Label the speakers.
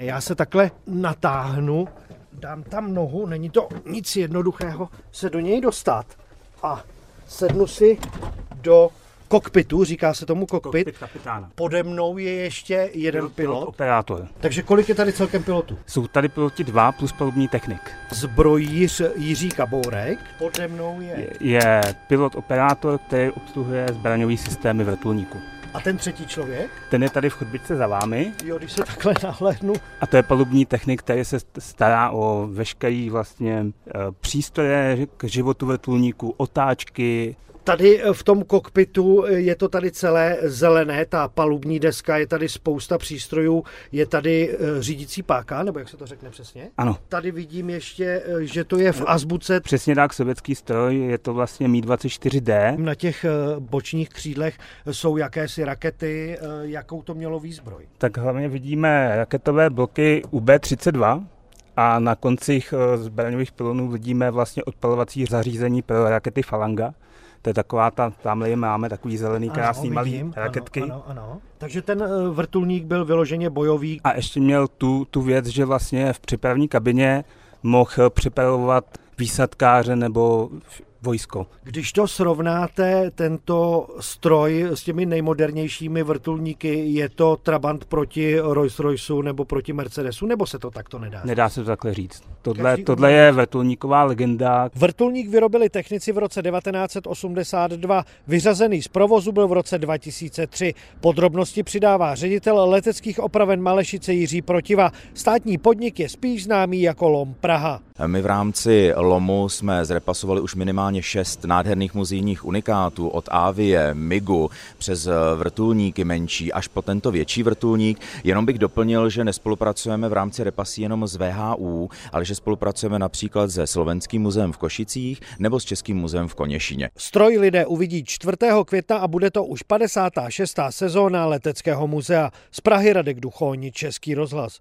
Speaker 1: Já se takhle natáhnu, dám tam nohu, není to nic jednoduchého se do něj dostat. A sednu si do kokpitu, říká se tomu kokpit.
Speaker 2: Kokpit kapitána.
Speaker 1: Pode mnou je ještě jeden pilot.
Speaker 2: Operátor.
Speaker 1: Takže kolik je tady celkem pilotů?
Speaker 2: Jsou tady piloti dva plus palubní technik.
Speaker 1: Zbrojíř Jiří Kabourek. Pode mnou je.
Speaker 2: Je, je pilot operátor, který obsluhuje zbraňový systémy vrtulníku.
Speaker 1: A ten třetí člověk?
Speaker 2: Ten je tady v chodbičce za vámi
Speaker 1: Jo, když se takhle nahlédnu,
Speaker 2: a to je palubní technik, který se st- stará o veškerý vlastně eh, přístroje k životu vrtulníku, otáčky,
Speaker 1: Tady eh, v tom kokpitu eh, je to tady celé zelené, ta palubní deska, je tady spousta přístrojů, je tady eh, řídící páka, nebo jak se to řekne přesně?
Speaker 2: ano.
Speaker 1: Tady vidím ještě, eh, že to je v azbuce.
Speaker 2: Přesně tak, sovětský stroj, je to vlastně Mi-24D,
Speaker 1: Na těch eh, bočních křídlech eh, jsou jakési rakety, eh, jakou to mělo výzbroj.
Speaker 2: tak hlavně vidíme raketové bloky UB-32 a na koncích eh, zbraňových pilonů vidíme vlastně odpalovací zařízení pro rakety Falanga. To je taková ta, tamhle je máme takový zelený krásný
Speaker 1: Ano,
Speaker 2: malý
Speaker 1: vidím,
Speaker 2: raketky.
Speaker 1: Ano, ano, ano. Takže ten eh, vrtulník byl vyloženě bojový.
Speaker 2: A ještě měl tu, tu věc, že vlastně v přepravní kabině mohl eh, připravovat výsadkáře nebo vojsko.
Speaker 1: Když to srovnáte, tento stroj s těmi nejmodernějšími vrtulníky, je to Trabant proti Rolls-Royceu nebo proti Mercedesu, nebo se to takto nedá?
Speaker 2: Nedá se to takhle říct. Tohle,
Speaker 1: Každý
Speaker 2: tohle je vrtulníková legenda,
Speaker 1: Vrtulník vyrobili technici v roce 1982, vyřazený z provozu byl v roce 2003. Podrobnosti přidává ředitel leteckých opraven Malešice Jiří Protiva. Státní podnik je spíš známý jako LOM Praha.
Speaker 3: My v rámci LOMu jsme zrepasovali už minimálně šest nádherných muzejních unikátů od Avie, Migu přes eh, vrtulníky menší až po tento větší vrtulník. Jenom bych doplnil, že nespolupracujeme v rámci repasí jenom s VHU, ale že spolupracujeme například se Slovenským muzeem v Košicích nebo s Českým muzeem v Koněšině.
Speaker 1: Stroj lidé uvidí 4. května a bude to už 56. sezóna Leteckého muzea. Z Prahy Radek Duchovní, Český rozhlas.